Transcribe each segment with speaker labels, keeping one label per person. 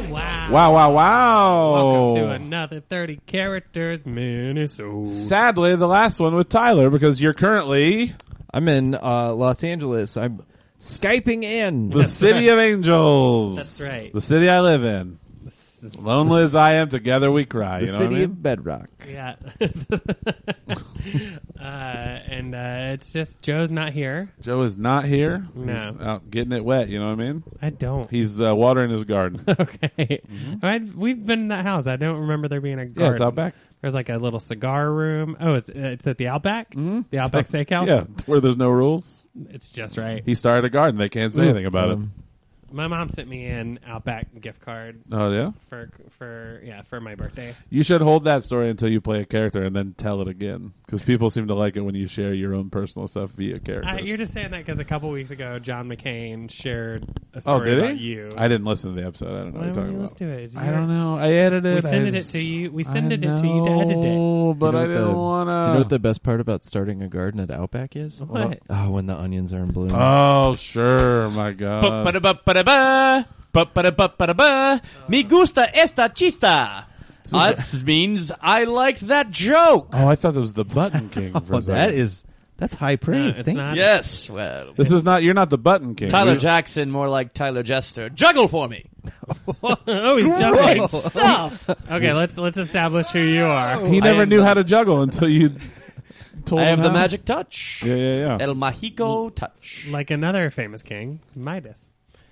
Speaker 1: Wow, wow, wow.
Speaker 2: Welcome to another 30 characters Minnesota.
Speaker 1: Sadly, the last one with Tyler because you're currently
Speaker 3: I'm in uh, Los Angeles. I'm skyping in.
Speaker 1: the city of angels.
Speaker 2: That's right.
Speaker 1: The city I live in. Lonely as I am, together we cry.
Speaker 3: The
Speaker 1: you know
Speaker 3: city
Speaker 1: what I mean?
Speaker 3: of Bedrock.
Speaker 2: Yeah. uh, and uh, it's just Joe's not here.
Speaker 1: Joe is not here.
Speaker 2: No.
Speaker 1: He's out getting it wet. You know what I mean?
Speaker 2: I don't.
Speaker 1: He's uh, watering his garden.
Speaker 2: okay. i we've been in that house. I don't remember there being a garden.
Speaker 1: yeah, it's out back.
Speaker 2: There's like a little cigar room. Oh, it's, it's at the Outback? Mm-hmm. The Outback Steakhouse?
Speaker 1: Yeah, where there's no rules.
Speaker 2: It's just right.
Speaker 1: He started a garden. They can't
Speaker 2: Mm.
Speaker 1: say anything about it.
Speaker 2: My mom sent me an Outback gift card
Speaker 1: Oh yeah.
Speaker 2: for for yeah, for my birthday.
Speaker 1: You should hold that story until you play a character and then tell it again because people seem to like it when you share your own personal stuff via characters.
Speaker 2: I, you're just saying that because a couple weeks ago, John McCain shared a
Speaker 1: oh,
Speaker 2: story
Speaker 1: did
Speaker 2: about
Speaker 1: he?
Speaker 2: you.
Speaker 1: I didn't listen to the episode. I don't know
Speaker 2: Why
Speaker 1: what
Speaker 2: don't
Speaker 1: you're talking
Speaker 2: you
Speaker 1: about.
Speaker 2: listen to it? It's
Speaker 1: I
Speaker 2: your-
Speaker 1: don't know. I edited.
Speaker 2: We
Speaker 1: it.
Speaker 2: sended
Speaker 1: I
Speaker 2: it to you- we
Speaker 1: I
Speaker 2: sended it to you to edit it.
Speaker 1: know, but
Speaker 3: You know
Speaker 1: I
Speaker 3: what
Speaker 1: didn't
Speaker 3: the-
Speaker 1: want to.
Speaker 3: Do you know what the best part about starting a garden at Outback is?
Speaker 2: What?
Speaker 3: Oh, when the onions are in bloom.
Speaker 1: Oh sure, my god.
Speaker 4: Ba-ba-da-ba-ba-da-ba. Ba-ba-da-ba-ba-da-ba. Me gusta esta chista. That means I liked that joke.
Speaker 1: oh, I thought that was the Button King. For a
Speaker 3: Well, Oh, that
Speaker 1: second.
Speaker 3: is that's high praise.
Speaker 2: it's
Speaker 3: Thank
Speaker 2: not.
Speaker 4: Yes. Well,
Speaker 1: This is not. You're not the Button King.
Speaker 4: Tyler
Speaker 1: We-
Speaker 4: Jackson, more like Tyler Jester. Juggle for me.
Speaker 2: oh, he's
Speaker 4: Great
Speaker 2: jumping.
Speaker 4: stuff.
Speaker 2: Okay, let's let's establish who you are.
Speaker 1: He
Speaker 4: I
Speaker 1: never
Speaker 4: am
Speaker 1: knew
Speaker 4: the-
Speaker 1: how to juggle until you told
Speaker 4: I
Speaker 1: him
Speaker 4: have the
Speaker 1: how.
Speaker 4: magic touch.
Speaker 1: Yeah, yeah, Oh, yeah.
Speaker 4: El Majico touch.
Speaker 2: Like another famous king, Midas.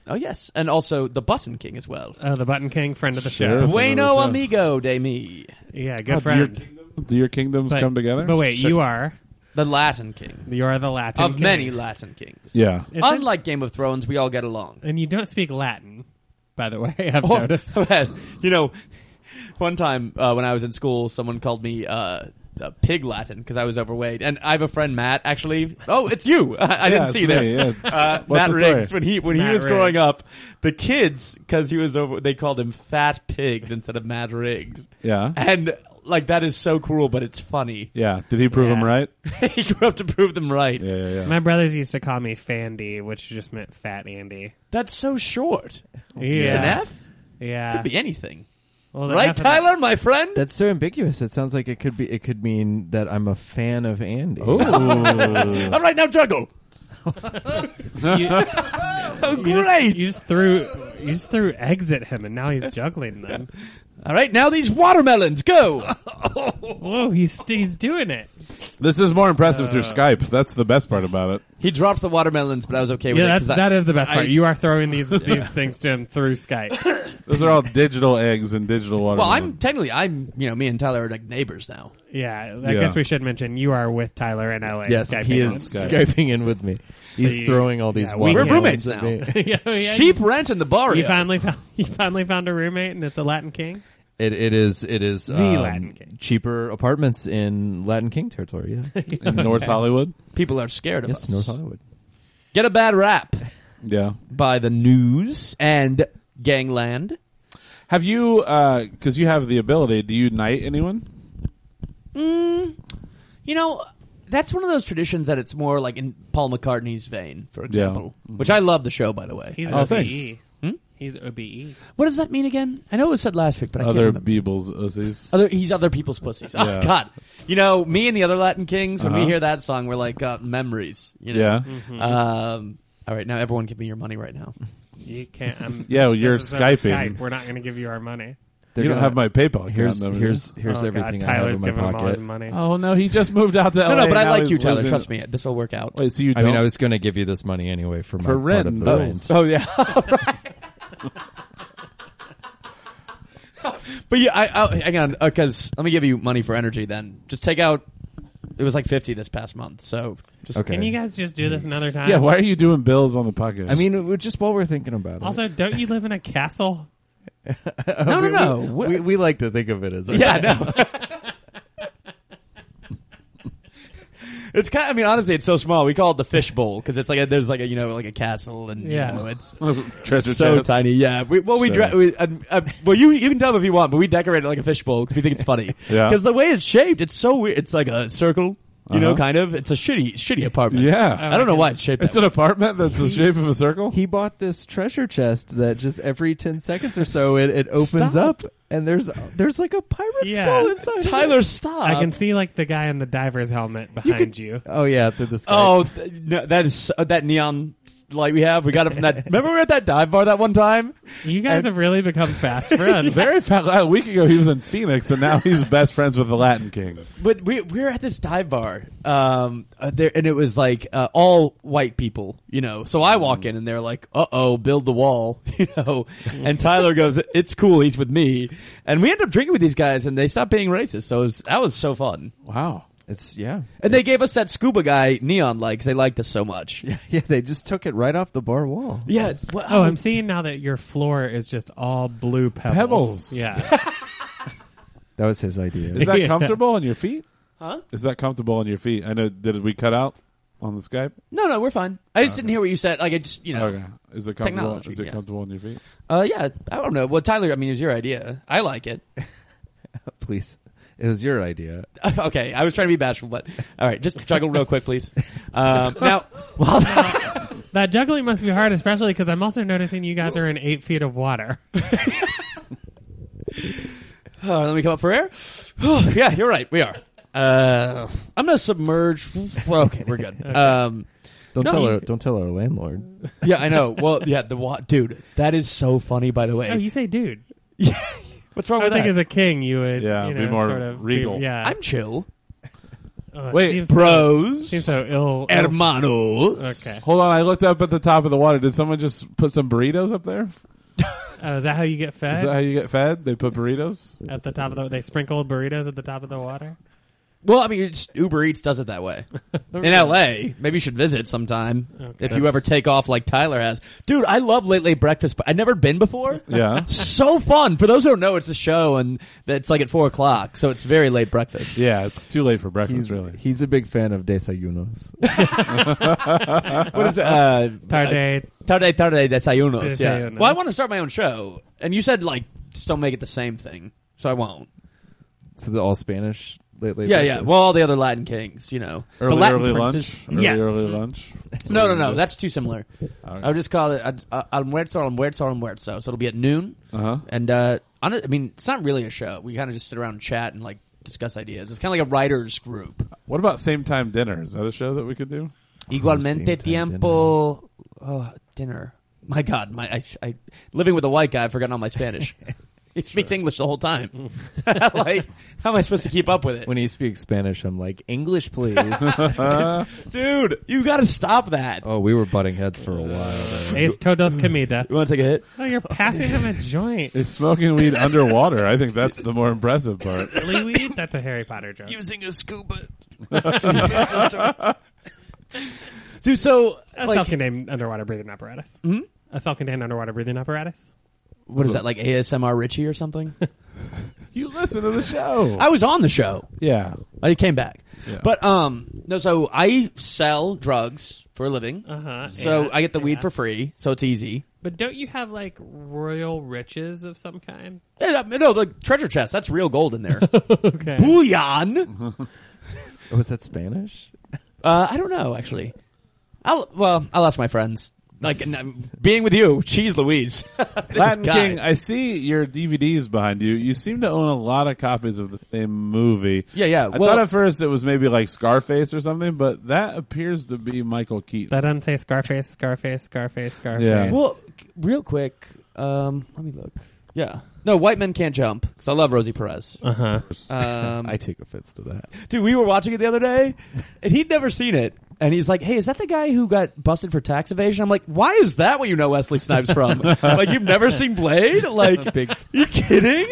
Speaker 4: Oh, yes. And also the Button King as well.
Speaker 2: Uh, the Button King, friend of the
Speaker 1: Sure.
Speaker 2: show.
Speaker 4: Bueno
Speaker 1: Another show.
Speaker 4: amigo de mi.
Speaker 2: Yeah,
Speaker 1: Oh,
Speaker 2: good
Speaker 1: do your,
Speaker 2: friend.
Speaker 1: do your kingdoms
Speaker 2: But-
Speaker 1: come together?
Speaker 2: But wait,
Speaker 1: Sure.
Speaker 2: you are
Speaker 4: The Latin King.
Speaker 2: you are the Latin
Speaker 4: Of
Speaker 2: king.
Speaker 4: many Latin kings.
Speaker 1: Yeah.
Speaker 2: It's
Speaker 4: Unlike Game of Thrones, we all get along.
Speaker 2: in- and you don't speak Latin, by the way. I've
Speaker 1: Oh.
Speaker 4: Or-
Speaker 2: noticed.
Speaker 4: well, you know, one time uh, when I was in school, someone called me uh, uh, pig Latin because I was overweight. And I have a friend, Matt, actually. Oh, it's you. I, I didn't
Speaker 1: it's
Speaker 4: see
Speaker 1: me,
Speaker 4: that.
Speaker 1: yeah.
Speaker 4: Uh,
Speaker 1: What's
Speaker 4: Matt
Speaker 1: the story?
Speaker 4: Riggs, when he when
Speaker 2: Matt
Speaker 4: he was growing
Speaker 2: Riggs.
Speaker 4: up, the kids because he was over, they called him Fat Pigs instead of Matt Riggs.
Speaker 1: Yeah.
Speaker 4: and like that is so cruel, but it's funny.
Speaker 1: Yeah. Did he prove him
Speaker 2: Yeah.
Speaker 1: right?
Speaker 4: he grew up to prove them right.
Speaker 1: Yeah, yeah, yeah.
Speaker 2: My brothers used to call me Fandy, which just meant Fat Andy.
Speaker 4: That's so short.
Speaker 2: Yeah,
Speaker 4: It's an F.
Speaker 2: yeah.
Speaker 4: Could be anything,
Speaker 2: Well, the
Speaker 4: right,
Speaker 2: F in that-
Speaker 4: Tyler, my friend?
Speaker 3: That's so ambiguous. It sounds like it could be. It could mean that I'm a fan of Andy.
Speaker 1: Oh, Ooh.
Speaker 4: All right, now juggle.
Speaker 2: You,
Speaker 4: Oh,
Speaker 2: you just-
Speaker 4: great.
Speaker 2: you just threw you just threw eggs at him, and now he's juggling them.
Speaker 4: All right, now these watermelons go.
Speaker 2: Whoa, he's st- he's doing it.
Speaker 1: this is more impressive through
Speaker 2: Uh.
Speaker 1: Skype. That's the best part about it.
Speaker 4: he dropped the watermelons, but I was okay with
Speaker 2: Yeah,
Speaker 4: it.
Speaker 2: that's
Speaker 4: 'cause I-
Speaker 2: that is the best part.
Speaker 4: I-
Speaker 2: you are throwing these these things to him through Skype.
Speaker 1: Those are all digital eggs and digital water.
Speaker 4: Well, I'm technically I'm you know me and Tyler are like neighbors now.
Speaker 2: Yeah, I
Speaker 1: Yeah.
Speaker 2: guess we should mention you are with Tyler in LA.
Speaker 3: yes,
Speaker 2: Skyping
Speaker 3: he
Speaker 2: on
Speaker 3: is
Speaker 2: Skype.
Speaker 3: skyping in with me. He's
Speaker 2: you-
Speaker 3: throwing all these.
Speaker 2: yeah, we- We're
Speaker 3: watermelons
Speaker 4: roommates
Speaker 3: at
Speaker 4: now.
Speaker 3: me.
Speaker 2: yeah, oh, yeah,
Speaker 4: Cheap rent in the bar.
Speaker 2: You finally found you finally found a roommate, and it's a Latin king.
Speaker 3: It, it is it is um,
Speaker 2: Latin King.
Speaker 3: cheaper apartments in Latin King territory. Yeah,
Speaker 1: in North Hollywood.
Speaker 4: People are scared of
Speaker 3: yes,
Speaker 4: us.
Speaker 3: North Hollywood.
Speaker 4: Get a bad rap
Speaker 1: Yeah.
Speaker 4: by the news and gangland.
Speaker 1: Have you? Because you have the ability. Do you knight anyone?
Speaker 4: You know, that's one of those traditions that it's more like in Paul McCartney's vein, for example. Which I love the show, by the way.
Speaker 2: He's
Speaker 1: Oh,
Speaker 2: OBE.
Speaker 1: thanks.
Speaker 2: He's E. OBE.
Speaker 4: what does that mean again? I know it was said last week, but I can't
Speaker 1: Other
Speaker 4: remember. Uh,
Speaker 1: Beebles, ussies.
Speaker 4: Other, he's other people's pussies. Oh
Speaker 1: Yeah.
Speaker 4: God! You know, me and the other Latin kings. When
Speaker 1: Uh-huh.
Speaker 4: we hear that song, we're like uh, memories. You know.
Speaker 1: Yeah.
Speaker 4: Um, all right, now everyone, give me your money right now.
Speaker 2: You can't. I'm,
Speaker 1: Yeah, well, you're
Speaker 2: this is over
Speaker 1: Skyping.
Speaker 2: Skype. We're not going to give you our money.
Speaker 3: They're
Speaker 1: you don't
Speaker 3: gonna-
Speaker 1: have my PayPal account.
Speaker 3: Here's
Speaker 1: though, do you?
Speaker 3: here's here's
Speaker 2: Oh,
Speaker 3: everything
Speaker 2: God,
Speaker 3: I have
Speaker 2: Tyler's
Speaker 3: in my
Speaker 2: giving him all his
Speaker 3: pocket.
Speaker 2: money.
Speaker 1: Oh no, he just moved out to LA.
Speaker 4: No, no, but
Speaker 1: Oh,
Speaker 4: I
Speaker 1: now
Speaker 4: like
Speaker 1: he's
Speaker 4: you, Tyler.
Speaker 1: losing-
Speaker 4: Trust me, this will work out.
Speaker 1: Wait, so you?
Speaker 3: I mean,
Speaker 1: don't-
Speaker 3: I was going to give you this money anyway for my
Speaker 1: for
Speaker 3: part
Speaker 1: rent
Speaker 3: of
Speaker 1: and
Speaker 3: the
Speaker 1: bills.
Speaker 3: rent.
Speaker 4: Oh yeah. but yeah, I, I hang on because let me give you money for energy. Then just take out. It was like fifty this past month, so just
Speaker 3: Okay.
Speaker 2: Can you guys just do this another time?
Speaker 1: Yeah. Why are you doing bills on the podcast?
Speaker 3: I mean, we're- just while we're thinking about
Speaker 2: Also, don't you live in a castle?
Speaker 1: Oh,
Speaker 3: it,
Speaker 4: no,
Speaker 3: We-
Speaker 4: no,
Speaker 3: we-
Speaker 4: no.
Speaker 3: We, we like to think of it as our-
Speaker 4: Yeah, no. it's kind. I mean, honestly, it's so small. We call it the fish bowl because it's like a, there's like a you know like a castle and
Speaker 2: Yeah.
Speaker 4: you know, it's.
Speaker 1: treasure
Speaker 4: So
Speaker 1: chest.
Speaker 4: tiny, yeah. We, well, we,
Speaker 1: Sure.
Speaker 4: dra- we uh, uh, well, you you can tell if you want, but we decorate it like a fishbowl because we think it's funny.
Speaker 1: Yeah.
Speaker 4: Because the way it's shaped, it's so weird. It's like a circle, You know,
Speaker 1: Uh-huh.
Speaker 4: kind of. It's a shitty, shitty apartment.
Speaker 2: Oh,
Speaker 1: Yeah.
Speaker 4: I don't know why it's shaped.
Speaker 1: It's
Speaker 4: that
Speaker 1: an apartment that's the shape of a circle.
Speaker 3: He bought this treasure chest that just every ten seconds or so it, it opens
Speaker 4: Stop.
Speaker 3: up and there's there's like a pirate
Speaker 2: Yeah.
Speaker 3: skull inside.
Speaker 4: way.
Speaker 3: of it.
Speaker 4: Tyler, stop.
Speaker 2: I
Speaker 1: Um,
Speaker 2: can see like the guy in the diver's helmet behind you.
Speaker 3: Oh yeah, through the sky.
Speaker 4: Oh, th- no, that is so- that neon light we have. We got it from that. remember we were at that dive bar that one time.
Speaker 2: You guys
Speaker 4: And-
Speaker 2: have really become fast friends.
Speaker 1: Very fa- A week ago, he was in Phoenix, and now he's best friends with the Latin King.
Speaker 4: But we we were at this dive bar, um, uh, there, and it was like uh, all white people, you know. So I walk in, and they're like, "Uh oh, build the wall," you know. And Tyler goes, "It's cool, he's with me." And we end up drinking with these guys, and they stopped being racist. So it was, that was so fun.
Speaker 1: Wow.
Speaker 3: it's yeah.
Speaker 4: And they gave us that scuba guy neon light because they liked us so much.
Speaker 3: yeah, they just took it right off the bar wall.
Speaker 4: Yes. Well,
Speaker 2: Oh, I'm seeing now that your floor is just all blue pebbles.
Speaker 1: Pebbles.
Speaker 2: Yeah.
Speaker 3: That was his idea.
Speaker 1: Is that
Speaker 2: Yeah.
Speaker 1: comfortable on your feet?
Speaker 4: Huh?
Speaker 1: Is that comfortable on your feet? I know. Did we cut out on the Skype?
Speaker 4: No, no, we're fine. I just didn't hear what you said. Like I just, you know.
Speaker 1: Okay. Is it comfortable?
Speaker 4: Technology,
Speaker 1: Is it
Speaker 4: yeah.
Speaker 1: comfortable on your feet?
Speaker 4: Uh, yeah, I don't know. Well, Tyler, I mean, it was your idea. I like it.
Speaker 3: Please, it was your idea.
Speaker 2: Uh,
Speaker 4: okay, I was trying to be bashful, but all right, just juggle real quick, please. Um, now, well,
Speaker 2: that juggling must be hard, especially because I'm also noticing you guys are in eight feet of water.
Speaker 4: uh, let me come up for air. yeah, you're right. We are. Uh, I'm gonna submerge. Well, okay, we're good. Um,
Speaker 3: Don't
Speaker 4: No,
Speaker 3: tell
Speaker 4: you-
Speaker 3: our don't tell our landlord.
Speaker 4: yeah, I know. Well, yeah, the wa- dude, that is so funny. By the way,
Speaker 2: Oh, you say dude.
Speaker 4: what's wrong
Speaker 2: I
Speaker 4: with
Speaker 2: think as
Speaker 4: that?
Speaker 2: a king you would
Speaker 1: Yeah,
Speaker 2: you
Speaker 1: be
Speaker 2: know,
Speaker 1: more
Speaker 2: sort of
Speaker 1: regal.
Speaker 2: be- yeah.
Speaker 4: I'm chill.
Speaker 2: Oh, it
Speaker 1: Wait,
Speaker 2: seems
Speaker 4: Bros,
Speaker 2: So, seems so ill. ill-
Speaker 4: hermanos.
Speaker 2: Okay.
Speaker 1: Hold on. I looked up at the top of the water. Did someone just put some burritos up there? Is
Speaker 2: Oh, is that how you get fed?
Speaker 1: that how you get fed? They put burritos.
Speaker 2: at the top of the they sprinkle burritos at the top of the water.
Speaker 4: Well, I mean, it's, Uber Eats does it that way. In LA, maybe you should visit sometime
Speaker 2: Okay.
Speaker 4: if you ever take off like Tyler has. Dude, I love late late breakfast, but I've never been before.
Speaker 1: Yeah.
Speaker 4: so fun. For those who don't know, it's a show and it's like at four o'clock, so it's very late breakfast.
Speaker 1: Yeah. It's too late for breakfast.
Speaker 3: He's
Speaker 1: really.
Speaker 3: he's a big fan of desayunos.
Speaker 4: What is it? Uh,
Speaker 2: Tarde.
Speaker 4: tarde tarde desayunos. Yeah.
Speaker 2: Desayunos.
Speaker 4: Well, I want to start my own show, and you said like just don't make it the same thing, so I won't.
Speaker 3: to the all Spanish late late.
Speaker 4: yeah, yeah.
Speaker 3: breakfast.
Speaker 4: Well, all the other Latin kings, you know,
Speaker 1: Early,
Speaker 4: the Latin
Speaker 1: early
Speaker 4: princes.
Speaker 1: lunch. Early,
Speaker 4: yeah.
Speaker 1: early lunch.
Speaker 4: No, no, no. That's too similar.
Speaker 1: Okay.
Speaker 4: I would just call it uh, uh, almuerzo, almuerzo, almuerzo. So it'll be at noon.
Speaker 1: Uh-huh.
Speaker 4: And uh, on it, I mean, it's not really a show. We kind of just sit around and chat and like discuss ideas. It's kind of like a writers group.
Speaker 1: What about same time dinner? Is that a show that we could do?
Speaker 4: Igualmente
Speaker 3: same time
Speaker 4: tiempo oh, dinner. My God, my I, I living with a white guy. I've forgotten all my Spanish. he speaks English the whole time. like, how am I supposed to keep up with it?
Speaker 3: when he speaks Spanish, I'm like English, please.
Speaker 4: Dude, you got to stop that.
Speaker 3: oh, we were butting heads for a while. there.
Speaker 2: Es todos comida.
Speaker 4: You want to take a hit?
Speaker 2: Oh, you're passing him a joint.
Speaker 1: It's smoking weed underwater. I think that's the more impressive part.
Speaker 2: Really weed? That's a Harry Potter joke.
Speaker 4: using a scuba, scuba system. Dude, so
Speaker 2: A
Speaker 4: like,
Speaker 2: self-contained underwater breathing apparatus. Mm-hmm. A self-contained underwater breathing apparatus.
Speaker 4: what is that like ASMR Richie or something?
Speaker 1: You listen to the show.
Speaker 4: I was on the show.
Speaker 1: yeah.
Speaker 4: I came back,
Speaker 1: Yeah.
Speaker 4: but um, no. So I sell drugs for a living.
Speaker 2: Uh-huh,
Speaker 4: So
Speaker 2: yeah,
Speaker 4: I get the
Speaker 2: yeah.
Speaker 4: weed for free, so it's easy.
Speaker 2: But don't you have like royal riches of some kind?
Speaker 4: Yeah, that- no, the treasure chest. That's real gold in there.
Speaker 2: Okay.
Speaker 4: Bullion.
Speaker 3: Oh, was that Spanish?
Speaker 4: Uh, I don't know actually. I'll well, I'll ask my friends. Like and I'm being with you, cheese Louise. This
Speaker 1: Latin
Speaker 4: guy.
Speaker 1: King, I see your DVDs behind you. You seem to own a lot of copies of the same movie.
Speaker 4: Yeah, yeah.
Speaker 1: I
Speaker 4: Well-
Speaker 1: thought at first it was maybe like Scarface or something, but that appears to be Michael Keaton.
Speaker 2: That doesn't say Scarface, Scarface, Scarface, Scarface.
Speaker 1: Yeah.
Speaker 4: Well, c- real quick, um, let me look. Yeah, no, white men can't jump because I love Rosie Perez.
Speaker 2: Uh huh.
Speaker 4: Um,
Speaker 3: Uh-huh. I take offense to that.
Speaker 4: dude, we were watching it the other day, and he'd never seen it. And he's like, "Hey, is that the guy who got busted for tax evasion?" I'm like, "Why is that what you know Wesley Snipes from? like, you've never seen Blade? Like,
Speaker 3: Big
Speaker 4: you kidding?"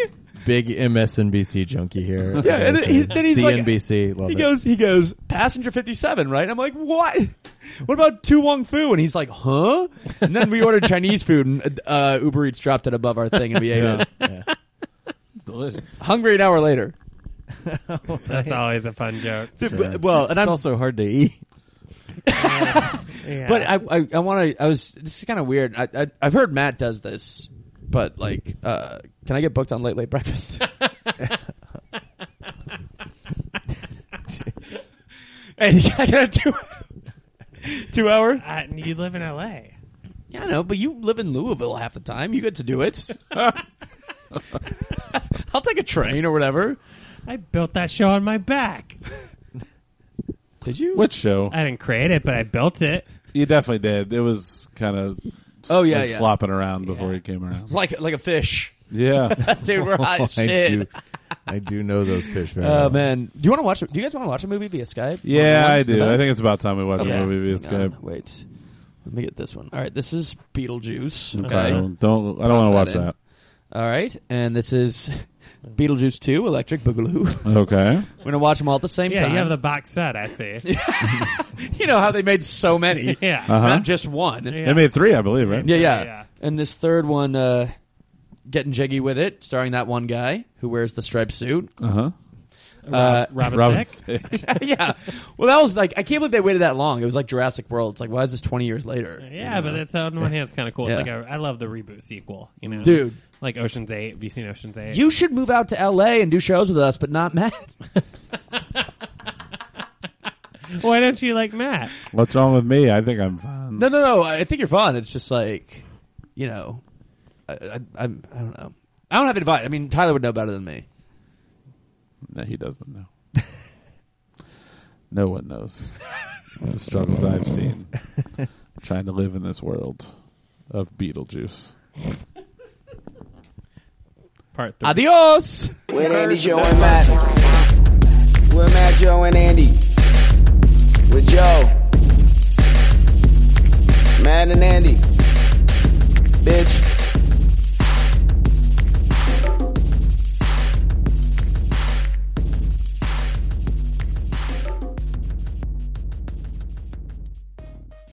Speaker 3: big MSNBC junkie here.
Speaker 4: Yeah, and then he- then he's like-
Speaker 3: CNBC. love
Speaker 4: He
Speaker 3: it.
Speaker 4: goes, he goes, passenger 57, right? I'm like, what? What about Tu Wong Fu? And he's like, huh? And then we ordered Chinese food, and uh, Uber Eats dropped it above our thing, and we ate
Speaker 1: Yeah.
Speaker 4: it.
Speaker 3: Yeah.
Speaker 1: It's delicious.
Speaker 4: Hungry an hour later.
Speaker 2: That's always a fun joke.
Speaker 4: Dude,
Speaker 3: Sure.
Speaker 4: but- Well, and
Speaker 3: It's
Speaker 4: I'm
Speaker 3: also hard to eat.
Speaker 2: Yeah.
Speaker 4: But I, I, I want to. I was. This is kind of weird. I, I, I've heard Matt does this, but like, uh, can I get booked on late late breakfast? and I got a two two hour.
Speaker 2: Uh, you live in L.A.
Speaker 4: Yeah, I know, but you live in Louisville half the time. You get to do it. I'll take a train or whatever.
Speaker 2: I built that show on my back.
Speaker 4: Did you?
Speaker 1: Which show?
Speaker 2: I didn't create it, but I built it.
Speaker 1: You definitely did. It was kind of
Speaker 4: Oh, yeah, yeah.
Speaker 1: flopping around before he came around.
Speaker 4: Like like a fish.
Speaker 1: Yeah,
Speaker 4: Dude, we're
Speaker 1: Oh,
Speaker 4: hot as
Speaker 3: I
Speaker 4: shit.
Speaker 3: do, I do know those fish very
Speaker 4: Oh
Speaker 3: well.
Speaker 4: man, do you want to watch? Do you guys want to watch a movie via Skype?
Speaker 1: yeah,
Speaker 4: Or
Speaker 1: I
Speaker 4: once
Speaker 1: do.
Speaker 4: tonight?
Speaker 1: I think it's about time we watch
Speaker 4: Okay.
Speaker 1: a movie via
Speaker 4: Hang on,
Speaker 1: Skype.
Speaker 4: Wait, let me get this one. All right, this is Beetlejuice.
Speaker 1: I
Speaker 4: Okay,
Speaker 1: don't, don't- I don't want to
Speaker 4: Pop
Speaker 1: watch
Speaker 4: that
Speaker 1: that.
Speaker 4: all right, and this is Beetlejuice Two: Electric Boogaloo.
Speaker 1: Okay,
Speaker 4: We're gonna watch them all at the same
Speaker 2: Yeah,
Speaker 4: time.
Speaker 2: you have the box set. I see.
Speaker 4: You know how they made so many,
Speaker 2: Yeah.
Speaker 1: Uh-huh.
Speaker 4: not just one. Yeah,
Speaker 1: they made three, I believe, right?
Speaker 4: yeah.
Speaker 2: yeah.
Speaker 4: And this third one, uh, getting jiggy with it, starring that one guy who wears the striped suit.
Speaker 1: Uh huh.
Speaker 4: Uh,
Speaker 2: Robin,
Speaker 1: Robin
Speaker 2: Thicke?
Speaker 1: Thicke.
Speaker 4: yeah. Well, that was like I can't believe they waited that long. It was like Jurassic World. It's like why is this twenty years later?
Speaker 2: Yeah,
Speaker 4: You know?
Speaker 2: but it's on one hand, it's kind of cool. It's
Speaker 4: Yeah.
Speaker 2: like a, I love the reboot sequel. You know,
Speaker 4: Dude.
Speaker 2: like Ocean's Eight. Have you seen Ocean's Eight?
Speaker 4: You should move out to LA and do shows with us, but not Matt.
Speaker 2: Why don't you like Matt?
Speaker 1: What's wrong with me? I think I'm fine.
Speaker 4: No, no, no. I think you're fun. It's just like, you know, I, I, I, I don't know. I don't have advice. I mean, Tyler would know better than me.
Speaker 1: No, he doesn't know. no one knows the struggles I've seen trying to live in this world of Beetlejuice.
Speaker 2: Part three.
Speaker 4: Adios.
Speaker 5: With Andy, Joe, and Matt. With Matt, Joe, and Andy. With Joe. Matt and Andy.